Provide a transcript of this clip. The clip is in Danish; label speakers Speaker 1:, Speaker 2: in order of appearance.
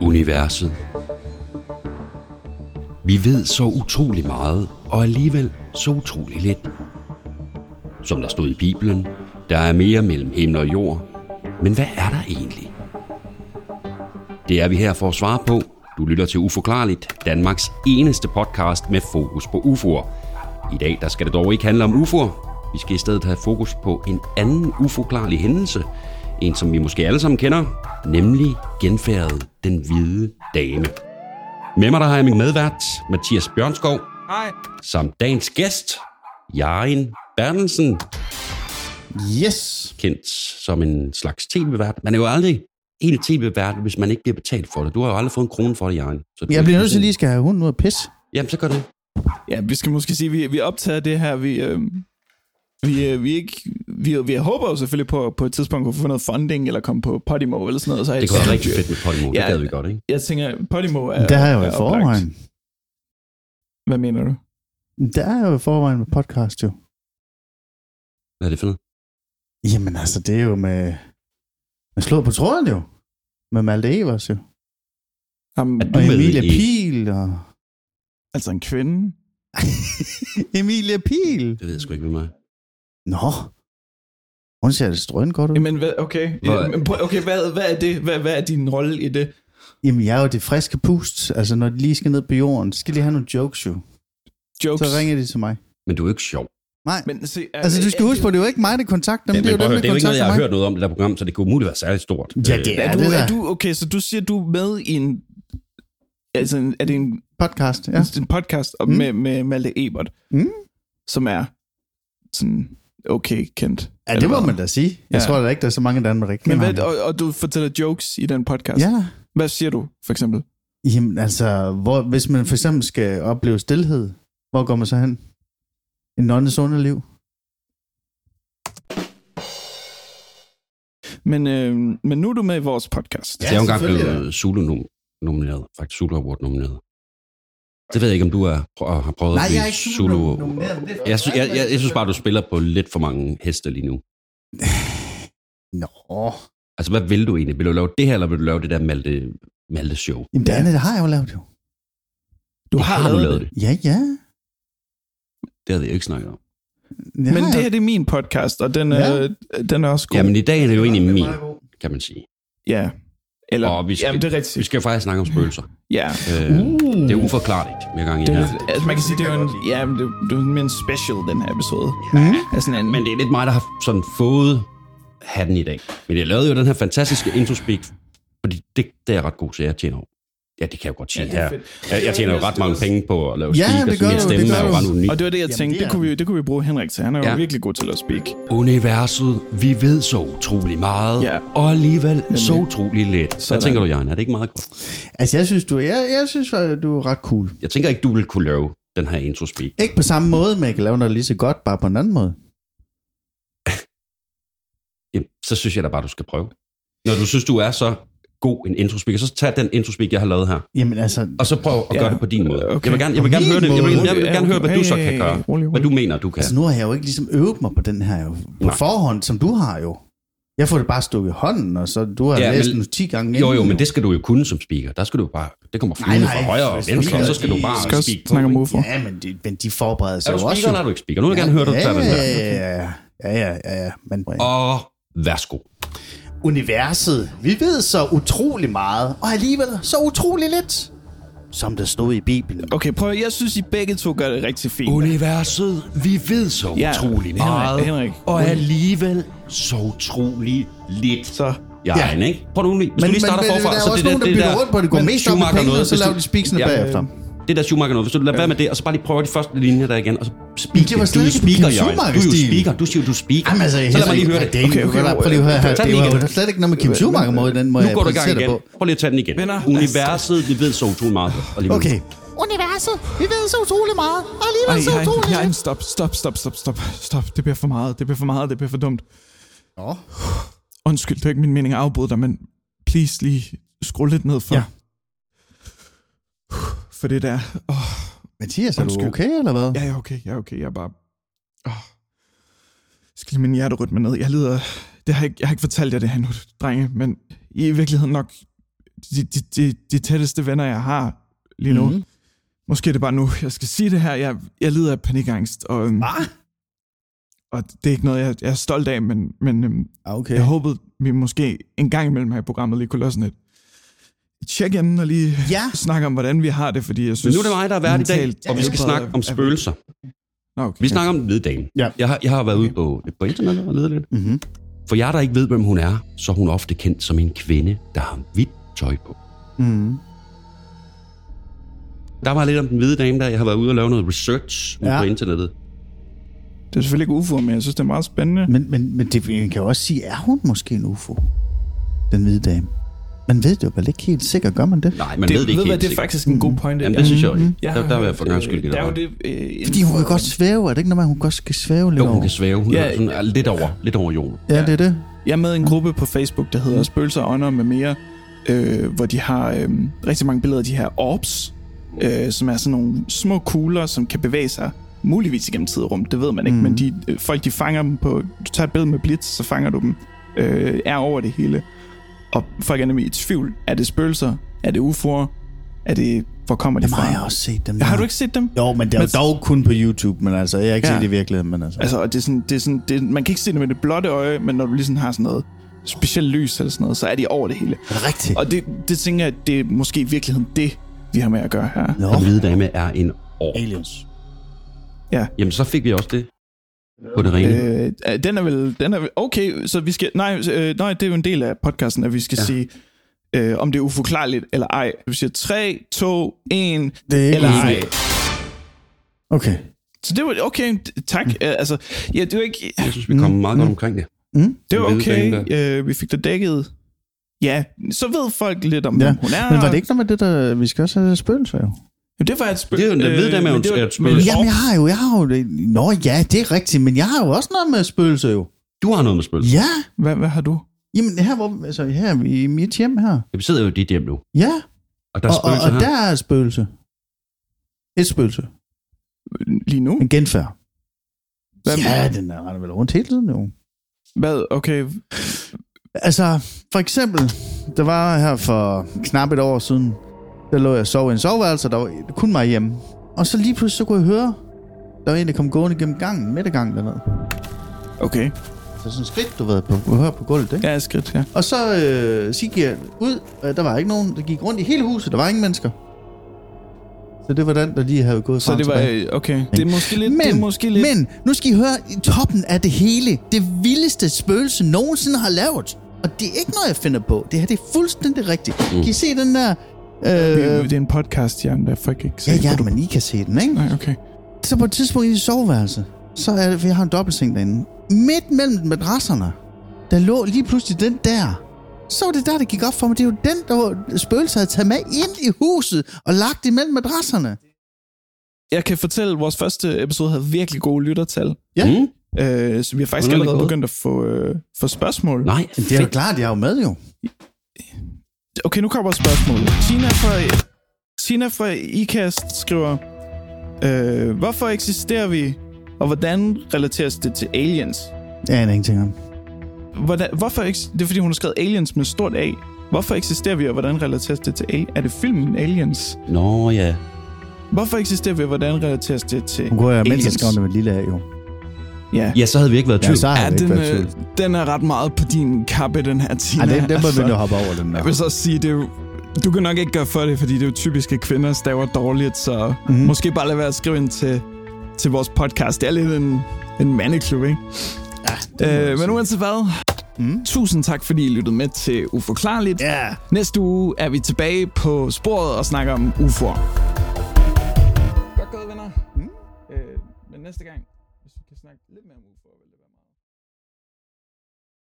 Speaker 1: universet. Vi ved så utrolig meget, og alligevel så utrolig lidt. Som der stod i Bibelen, der er mere mellem himmel og jord. Men hvad er der egentlig? Det er vi her for at svare på. Du lytter til Uforklarligt, Danmarks eneste podcast med fokus på UFO'er. I dag der skal det dog ikke handle om UFO'er. Vi skal i stedet have fokus på en anden uforklarlig hændelse. En, som vi måske alle sammen kender, nemlig genfærdet den hvide dame. Med mig der har jeg min medvært, Mathias Bjørnskov,
Speaker 2: Hej.
Speaker 1: samt dagens gæst, Jarin Bertelsen,
Speaker 2: Yes.
Speaker 1: kendt som en slags tv-vært. Man er jo aldrig helt tv-vært, hvis man ikke bliver betalt for det. Du har jo aldrig fået en krone for det, Jarin. Så du-
Speaker 3: Jeg bliver nødt til lige at skal have hunden ud af pis.
Speaker 1: Jamen, så gør det.
Speaker 2: Ja, vi skal måske sige, at vi, vi optager det her. Vi, øh, vi, øh, vi, er ikke, vi, vi håber jo selvfølgelig på, på et tidspunkt at få noget funding, eller komme på Podimo eller sådan noget. Så
Speaker 1: Det kunne være rigtig fedt med Podimo. Ja. Det
Speaker 2: Ja.
Speaker 1: gad vi godt, ikke?
Speaker 2: Jeg tænker, Podimo er
Speaker 3: Ja, der har jeg jo
Speaker 2: er
Speaker 3: i
Speaker 2: oplagt.
Speaker 3: forvejen.
Speaker 2: Hvad mener du?
Speaker 3: Der er jeg jo i forvejen med podcast jo.
Speaker 1: Hvad er det for noget?
Speaker 3: Jamen altså, det er jo med... Med slået på tråden jo. Med Malte Evers jo.
Speaker 2: Ham,
Speaker 1: Er
Speaker 3: Og
Speaker 1: Du med
Speaker 3: Emilia
Speaker 1: i-
Speaker 3: Pil og...
Speaker 2: altså en kvinde?
Speaker 3: Emilia Pil!
Speaker 1: Det ved jeg sgu ikke med mig.
Speaker 3: Nå. Hun ser det strøn godt ud. Jamen,
Speaker 2: Jamen, hvad, okay.
Speaker 1: Hvor-
Speaker 2: Ja, men prøv- okay, hvad, hvad er det? Hvad, hvad er din rolle i det?
Speaker 3: Jamen, jeg er jo det friske pust. Altså, når de lige skal ned på jorden, så skal de have nogle jokes jo.
Speaker 2: Jokes?
Speaker 3: Så ringer de til mig.
Speaker 1: Men du er jo ikke sjov.
Speaker 3: Nej. Men,
Speaker 2: se, er,
Speaker 3: altså, du skal huske på, det er jo ikke mig, der kontakter dem.
Speaker 1: Men
Speaker 3: Det er jo
Speaker 1: prøv at
Speaker 3: dem,
Speaker 1: høre,
Speaker 3: der
Speaker 1: det er jo ikke noget,
Speaker 3: kontakter
Speaker 1: jeg har
Speaker 3: mig.
Speaker 1: hørt noget om det der program, så det kunne umuligt være særlig stort.
Speaker 3: Ja, det
Speaker 2: Er,
Speaker 3: Ja,
Speaker 2: du,
Speaker 3: det
Speaker 2: er
Speaker 3: der.
Speaker 2: du, okay, så du siger, du er med i en... Altså, en- er det en
Speaker 3: Podcast, ja.
Speaker 2: ja. en podcast mm. med, med Malte Ebert,
Speaker 3: Mm.
Speaker 2: som er sådan okay kendt.
Speaker 3: Ja, det må man da sige. Jeg
Speaker 2: Ja.
Speaker 3: tror da ikke, der er så mange i Danmark, der ikke
Speaker 2: Men
Speaker 3: kender
Speaker 2: hvad,
Speaker 3: ham.
Speaker 2: og, og du fortæller jokes i den podcast.
Speaker 3: Ja,
Speaker 2: Hvad siger du, for eksempel?
Speaker 3: Jamen altså, hvor, hvis man for eksempel skal opleve stillhed, hvor går man så hen? En nonnes underliv?
Speaker 2: Men, øh, men nu er du med i vores podcast.
Speaker 1: Ja, jeg Øh, er jo engang
Speaker 3: selvfølgelig er
Speaker 1: blevet Zulu nom- nomineret, faktisk Zulu Award nomineret. Det ved jeg ikke, om du er, prø- har prøvet at blive Zulu. Jeg, sy- jeg, jeg, jeg, synes bare, du spiller på lidt for mange heste lige nu.
Speaker 3: Nå,
Speaker 1: Altså, hvad vil du egentlig? Vil du lave det her, eller vil du lave det der Malte, Malte Show?
Speaker 3: jamen det
Speaker 2: Ja.
Speaker 3: andet, det har jeg jo lavet jo.
Speaker 2: Du
Speaker 1: du lavet det?
Speaker 3: Ja, ja.
Speaker 1: Det havde jeg ikke snakket om.
Speaker 3: Det
Speaker 2: Men
Speaker 3: har
Speaker 2: det
Speaker 3: jeg.
Speaker 2: her det er min podcast, og den,
Speaker 3: Ja.
Speaker 2: ja. øh, den er også god.
Speaker 1: Jamen, i dag er det jo egentlig min, kan man sige.
Speaker 2: ja. Eller,
Speaker 1: Og vi skal-
Speaker 2: jamen, det er
Speaker 1: Vi
Speaker 2: rigtigt.
Speaker 1: skal jo faktisk snakke om spøgelser.
Speaker 2: Ja.
Speaker 1: Øh, Det er uforklarligt, med gang i
Speaker 2: Det,
Speaker 1: her.
Speaker 2: er- altså, man kan sige, det er jo en, ja, men det, det er jo mere en special, den her episode.
Speaker 3: Mm.
Speaker 2: Altså, en,
Speaker 1: Men det er lidt mig, der har sådan fået hatten i dag. Men jeg lavede jo den her fantastiske introspeak, fordi det, det er jeg ret god til, jeg tjener jo- Ja, det kan jeg jo godt sige. Ja, jeg, jeg tjener jo ret mange penge på at lave
Speaker 3: Ja,
Speaker 1: speak,
Speaker 3: det
Speaker 1: og
Speaker 3: gør
Speaker 1: sådan min
Speaker 3: du, det
Speaker 1: stemme
Speaker 3: gør
Speaker 1: er jo
Speaker 3: du.
Speaker 1: ret unik.
Speaker 2: og det var det, jeg
Speaker 3: Jamen,
Speaker 2: tænkte,
Speaker 3: det
Speaker 2: det,
Speaker 3: er
Speaker 2: kunne vi, det kunne vi bruge Henrik til. Han er jo
Speaker 1: Ja.
Speaker 2: virkelig god til at speak.
Speaker 1: Universet, vi ved så utrolig meget,
Speaker 2: Ja.
Speaker 1: og alligevel så utrolig lidt. Hvad
Speaker 2: Sådan.
Speaker 1: tænker du, Jørgen? Er det ikke meget godt?
Speaker 3: Altså, jeg synes, du, jeg, jeg synes, at du er ret cool.
Speaker 1: Jeg tænker ikke, du ville kunne lave den her introspeak.
Speaker 3: Ikke på samme måde, men jeg kan lave noget lige så godt, bare på en anden måde.
Speaker 1: Jamen, så synes jeg da bare, du skal prøve. Når du synes, du er så god en introspeak, så tag den introspeak, jeg har lavet her.
Speaker 3: Jamen altså,
Speaker 1: Og så prøv at gøre
Speaker 2: Ja.
Speaker 1: det på din måde.
Speaker 2: Okay.
Speaker 1: Jeg vil gerne, jeg vil gerne
Speaker 3: På
Speaker 1: høre det. Jeg vil,
Speaker 3: min
Speaker 1: jeg vil,
Speaker 3: måde.
Speaker 1: jeg vil gerne høre, hvad du så
Speaker 2: Hey,
Speaker 1: kan gøre.
Speaker 2: rolig, rolig.
Speaker 1: Hvad du mener, du kan.
Speaker 3: altså, nu har jeg jo ikke ligesom øvet mig på den her jo. På
Speaker 1: Nej.
Speaker 3: forhånd, som du har jo. Jeg får det bare stukket i hånden, og så du har
Speaker 1: Ja,
Speaker 3: ja, læst
Speaker 1: men-
Speaker 3: den 10 gange
Speaker 1: Jo, jo,
Speaker 3: inden,
Speaker 1: men det skal du jo kunne som speaker. Der skal du bare... Det kommer
Speaker 3: Nej,
Speaker 1: flyvende
Speaker 3: nej,
Speaker 1: fra højre og
Speaker 3: hvis
Speaker 1: venstre, og
Speaker 3: speaker,
Speaker 1: så skal du
Speaker 3: de-
Speaker 1: bare
Speaker 3: Vi
Speaker 2: skal også
Speaker 1: speak på.
Speaker 2: snakke om
Speaker 1: ikke?
Speaker 2: UFO.
Speaker 3: Ja, men de, men de forbereder sig
Speaker 1: Er
Speaker 3: jo
Speaker 1: du
Speaker 3: også.
Speaker 1: speaker, eller er du ikke speaker? Nu vil jeg gerne høre dig
Speaker 3: ja,
Speaker 1: tage den der.
Speaker 3: ja, ja, ja, ja, ja, ja, man bringer.
Speaker 1: Og værsgo.
Speaker 3: universet. Vi ved så utrolig meget, og alligevel så utrolig lidt, som der stod i Bibelen.
Speaker 2: Okay, prøv at- Jeg synes, I begge to gør det rigtig fint.
Speaker 1: Universet, vi ved så
Speaker 2: Ja,
Speaker 1: utrolig
Speaker 2: Henrik,
Speaker 1: meget,
Speaker 2: Henrik.
Speaker 1: og alligevel så utrolig lidt.
Speaker 2: Så,
Speaker 1: Ja, ja. ikke? Prøv nu lige, hvis du lige starter
Speaker 3: men,
Speaker 1: forfra,
Speaker 3: der er
Speaker 1: så
Speaker 3: også
Speaker 1: det
Speaker 3: nogen, der
Speaker 1: det
Speaker 3: bytter rundt på det. Går
Speaker 1: men
Speaker 3: mest op i
Speaker 1: Schumacher
Speaker 3: pengene,
Speaker 1: noget,
Speaker 3: og så
Speaker 1: hvis
Speaker 3: laver
Speaker 1: du-
Speaker 3: de spiksene
Speaker 1: Ja,
Speaker 3: bagefter.
Speaker 1: Det der Schumacher noget, hvis du lader være med det, og så bare lige prøver de første linjer der igen, og så speak.
Speaker 3: det var
Speaker 1: du
Speaker 3: slet
Speaker 1: er
Speaker 3: ikke
Speaker 1: speaker,
Speaker 3: Kim
Speaker 1: Jørgen. Du er jo
Speaker 3: Schumacher-stil.
Speaker 1: speaker. Du siger jo, du er speaker.
Speaker 3: Jamen altså,
Speaker 1: så lad mig lige høre det.
Speaker 3: det. Okay, okay, okay, prøv lige at høre her.
Speaker 1: Tag den
Speaker 3: Det var
Speaker 1: igen.
Speaker 3: jo slet ikke noget med Kim Schumacher mod den, må
Speaker 1: Nu
Speaker 3: jeg
Speaker 1: går du i gang
Speaker 3: præsentere
Speaker 1: igen.
Speaker 3: dig på.
Speaker 1: Prøv lige at tage den igen.
Speaker 2: Venner,
Speaker 1: Universet, vi ved så utrolig meget. Og lige nu.
Speaker 3: Okay,
Speaker 4: universet. Vi ved så utrolig meget, og alligevel
Speaker 2: ej,
Speaker 4: så
Speaker 2: ej,
Speaker 4: utrolig
Speaker 2: ej, stop, stop, stop, stop, stop, stop. Det bliver for meget, det bliver for meget, det bliver for dumt.
Speaker 3: Nå.
Speaker 2: Undskyld, det er ikke min mening at afbryde dig, men please lige skru lidt ned for.
Speaker 3: Ja.
Speaker 2: For det der. Åh,
Speaker 3: Mathias, er du
Speaker 2: Undskyld.
Speaker 3: okay, eller hvad?
Speaker 2: ja, ja, okay, ja, okay, jeg er bare... Åh. Jeg skal lige min hjerterytme ned. Jeg lider... Det har jeg, ikke, jeg har ikke fortalt jer det her nu, drenge, men I er i virkeligheden nok de, de, de, de tætteste venner, jeg har lige nu.
Speaker 1: Mhm.
Speaker 2: Mm. Måske er det bare nu, jeg skal sige det her. Jeg, jeg lider af panikangst, og, øhm,
Speaker 3: Ah,
Speaker 2: og det er ikke noget, jeg, jeg er stolt af, men, men øhm,
Speaker 3: okay.
Speaker 2: okay. jeg håbede, vi måske en gang imellem her i programmet lige kunne lave sådan et et check-in og lige
Speaker 3: Ja.
Speaker 2: snakke om, hvordan vi har det, fordi jeg
Speaker 1: Men
Speaker 2: synes...
Speaker 1: nu er det mig, der er vært i dag,
Speaker 2: mentalt
Speaker 1: og vi skal
Speaker 2: helbred
Speaker 1: snakke
Speaker 2: er-
Speaker 1: om
Speaker 2: er-
Speaker 1: spøgelser.
Speaker 2: Nå, okay.
Speaker 1: Vi snakker om den hvide dame.
Speaker 3: Ja.
Speaker 1: Jeg, har, jeg har været ude på, på internettet og ledet lidt.
Speaker 3: Mhm.
Speaker 1: For jer, der ikke ved, hvem hun er, så er hun ofte kendt som en kvinde, der har hvidt tøj på.
Speaker 3: Mm.
Speaker 1: Der var lidt om den hvide dame, der jeg har været ude og lave noget research ja.
Speaker 3: Ja.
Speaker 1: på internettet.
Speaker 2: Det er selvfølgelig ikke UFO, men jeg synes, det er meget spændende.
Speaker 3: Men, men, men det, man kan jo også sige, er hun måske en ufo? Den hvide dame. Man ved det jo vel ikke helt sikkert, gør man det?
Speaker 1: Nej, man det, ved det ikke
Speaker 2: ved, hvad,
Speaker 1: helt
Speaker 2: det er
Speaker 1: sikkert.
Speaker 2: faktisk en god pointe.
Speaker 1: Jamen, det synes jeg også.
Speaker 2: Mhm.
Speaker 1: Der- der vil jeg for
Speaker 2: har
Speaker 1: gangs
Speaker 2: hørt,
Speaker 1: skyld give
Speaker 2: øh,
Speaker 1: dig
Speaker 2: Der er jo
Speaker 1: ret.
Speaker 2: det... Øh,
Speaker 3: Fordi hun kan godt svæve, er det ikke noget, man hun godt skal svæve lidt
Speaker 1: Jo, hun
Speaker 3: over?
Speaker 1: kan svæve. Hun
Speaker 2: Ja,
Speaker 1: ja, er sådan, er lidt over, lidt over jorden.
Speaker 3: Ja, det er det.
Speaker 2: Jeg er med i en gruppe på Facebook, der hedder Spøgelser og Ånder med mere, øh, hvor de har øh, rigtig mange billeder af de her orbs, øh, som er sådan nogle små kugler, som kan bevæge sig muligvis igennem tid og rum, det ved man ikke, mm. men de, øh, folk de fanger dem på, du tager et billede med blitz, så fanger du dem, øh, er over det hele, og folk er nemlig i tvivl, er det spøgelser, er det UFO'er, er det, hvor kommer de
Speaker 3: Dem har jeg
Speaker 2: fra?
Speaker 3: også set dem.
Speaker 2: Har
Speaker 3: der.
Speaker 2: du ikke set dem?
Speaker 3: Jo, men det er jo
Speaker 2: Men-
Speaker 3: dog kun på YouTube, men altså, jeg har ikke
Speaker 2: Ja.
Speaker 3: set det i virkeligheden, men altså.
Speaker 2: Altså, og det er sådan, det er sådan, det er, man kan ikke se det med det blotte øje, men når du ligesom har sådan noget specielt lys eller sådan noget, så er de over det hele.
Speaker 3: Er det rigtigt?
Speaker 2: Og det, det tænker jeg, det er måske i virkeligheden det, vi har med at gøre her.
Speaker 3: Nå,
Speaker 1: Den hvide dame er en år.
Speaker 3: aliens.
Speaker 2: Ja.
Speaker 1: Jamen, så fik vi også det på det rene.
Speaker 2: Øh, øh, den er vel... Den er vel okay, så vi skal... Nej, øh, nej, det er jo en del af podcasten, at vi skal ja. sige, øh, om det er uforklarligt eller ej. Vi siger 3, 2, 1...
Speaker 3: Det er ikke
Speaker 2: Eller ej.
Speaker 3: uforklarligt. Okay.
Speaker 2: Så det var okay, d- tak. Øh, altså, ja, det var ikke...
Speaker 1: Jeg synes, vi kom meget godt omkring det.
Speaker 2: Det var
Speaker 1: Den hvide
Speaker 2: okay,
Speaker 1: dame
Speaker 2: øh, vi fik det dækket. Ja, så ved folk lidt om, ja.
Speaker 3: Ja.
Speaker 2: hvem hun er.
Speaker 3: Men var det ikke noget med det, der... Vi skal også have spøgelser, jo.
Speaker 2: Jamen, det var et spil.
Speaker 1: Det er jo en- ved dem, er jo
Speaker 2: men det
Speaker 1: et-
Speaker 2: var-
Speaker 1: er et spøgelse.
Speaker 2: men-
Speaker 3: Jamen, jeg har jo... Jeg har jo Nå, ja, det er rigtigt, men jeg har jo også noget med spøgelser, jo.
Speaker 1: Du har noget med spøgelser.
Speaker 3: Ja.
Speaker 2: Hvad, hvad har du?
Speaker 3: Jamen, her, hvor, altså, her i mit hjem her.
Speaker 1: Ja. Vi sidder jo i dit hjem nu,
Speaker 3: Ja,
Speaker 1: og der er
Speaker 3: og, og,
Speaker 1: spøgelser
Speaker 3: og
Speaker 1: her.
Speaker 3: der er et spøgelse. Et spøgelse.
Speaker 2: Lige nu?
Speaker 3: En genfærd.
Speaker 2: Hvem?
Speaker 3: Ja, den er render vel rundt hele tiden, jo.
Speaker 2: Hvad? Okay,
Speaker 3: Altså, for eksempel, der var her for knap et år siden, der lå jeg og sov i en soveværelse, der var kun mig hjemme. Og så lige pludselig, så kunne jeg høre, der var en, der kom gående gennem gangen, midtergangen dernede.
Speaker 2: okay.
Speaker 3: Så sådan skridt, du ved, på, du hører på gulvet, ikke?
Speaker 2: Ja, et skridt, ja.
Speaker 3: Og så øh, så gik jeg ud, og der var ikke nogen, der gik rundt i hele huset, der var ingen mennesker. Så det var den, der lige havde gået
Speaker 2: Så
Speaker 3: frem
Speaker 2: det var,
Speaker 3: tilbage.
Speaker 2: øh, okay. Det er måske lidt, det
Speaker 3: Men,
Speaker 2: er måske lidt.
Speaker 3: men, nu skal I høre i toppen af det hele. Det vildeste spøgelse nogensinde har lavet. Og det er ikke noget, jeg finder på. Det her det er fuldstændig rigtigt. Mm. Kan I se den der... Øh,
Speaker 2: det er en podcast, Jan, der folk ikke
Speaker 3: ja,
Speaker 2: se, hvor
Speaker 3: ja,
Speaker 2: du-
Speaker 3: men I kan se den, ikke?
Speaker 2: Nej, okay.
Speaker 3: Så på et tidspunkt i soveværelset, så er det, for jeg har en dobbeltseng derinde. Midt mellem madrasserne, der lå lige pludselig den der. Så var det der, det gik op for mig. Det er jo den, der var, spøgelset havde taget med ind i huset og lagt imellem madrasserne.
Speaker 2: Jeg kan fortælle, at vores første episode havde virkelig gode lyttertal.
Speaker 3: Ja.
Speaker 1: Mm?
Speaker 2: Øh, så vi har faktisk
Speaker 1: Hvordan er det
Speaker 2: allerede
Speaker 1: gået?
Speaker 2: begyndt at få, øh, få spørgsmål.
Speaker 1: Nej,
Speaker 3: Det er jo klart, jeg er jo med jo.
Speaker 2: Okay, nu kommer spørgsmålet. Tina fra, Tina fra IKAST skriver, øh, hvorfor eksisterer vi, og hvordan relateres det til aliens?
Speaker 3: Jeg aner ingenting om.
Speaker 2: Hvordan, hvorfor, eks- det er fordi, hun har skrevet aliens med stort A. Hvorfor eksisterer vi, og hvordan relateres det til aliens? Er det filmen Aliens?
Speaker 1: Nå ja.
Speaker 2: Hvorfor eksisterer vi, og hvordan relateres det til
Speaker 3: Nu går jeg mens jeg
Speaker 2: aliens?
Speaker 3: skrev det med et lille A jo.
Speaker 2: Ja.
Speaker 1: Ja, så havde vi ikke været i
Speaker 3: Ja,
Speaker 1: tvivl.
Speaker 3: så har
Speaker 2: Ja,
Speaker 3: jeg ikke
Speaker 2: den,
Speaker 3: været i tvivl.
Speaker 2: øh, den er ret meget på din kappe, den her, Tina.
Speaker 3: Ej, den, den må vi nu
Speaker 2: altså,
Speaker 3: hoppe over, den der.
Speaker 2: Jeg vil så også sige, det er jo, du kan nok ikke gøre for det, fordi det er jo typisk, at kvinder staver dårligt, så mm. måske bare lade være at skrive ind til, til vores podcast. Det er lidt en, en mandeklub, ikke? Ja, øh, men uanset hvad, mm. tusind tak, fordi I lyttede med til Uforklarligt.
Speaker 3: Ja.
Speaker 2: Næste uge er vi tilbage på sporet og snakker om UFO'er. Godt gået, venner. Mm. Øh, men næste gang, hvis vi kan snakke lidt mere om UFO'er, vil det være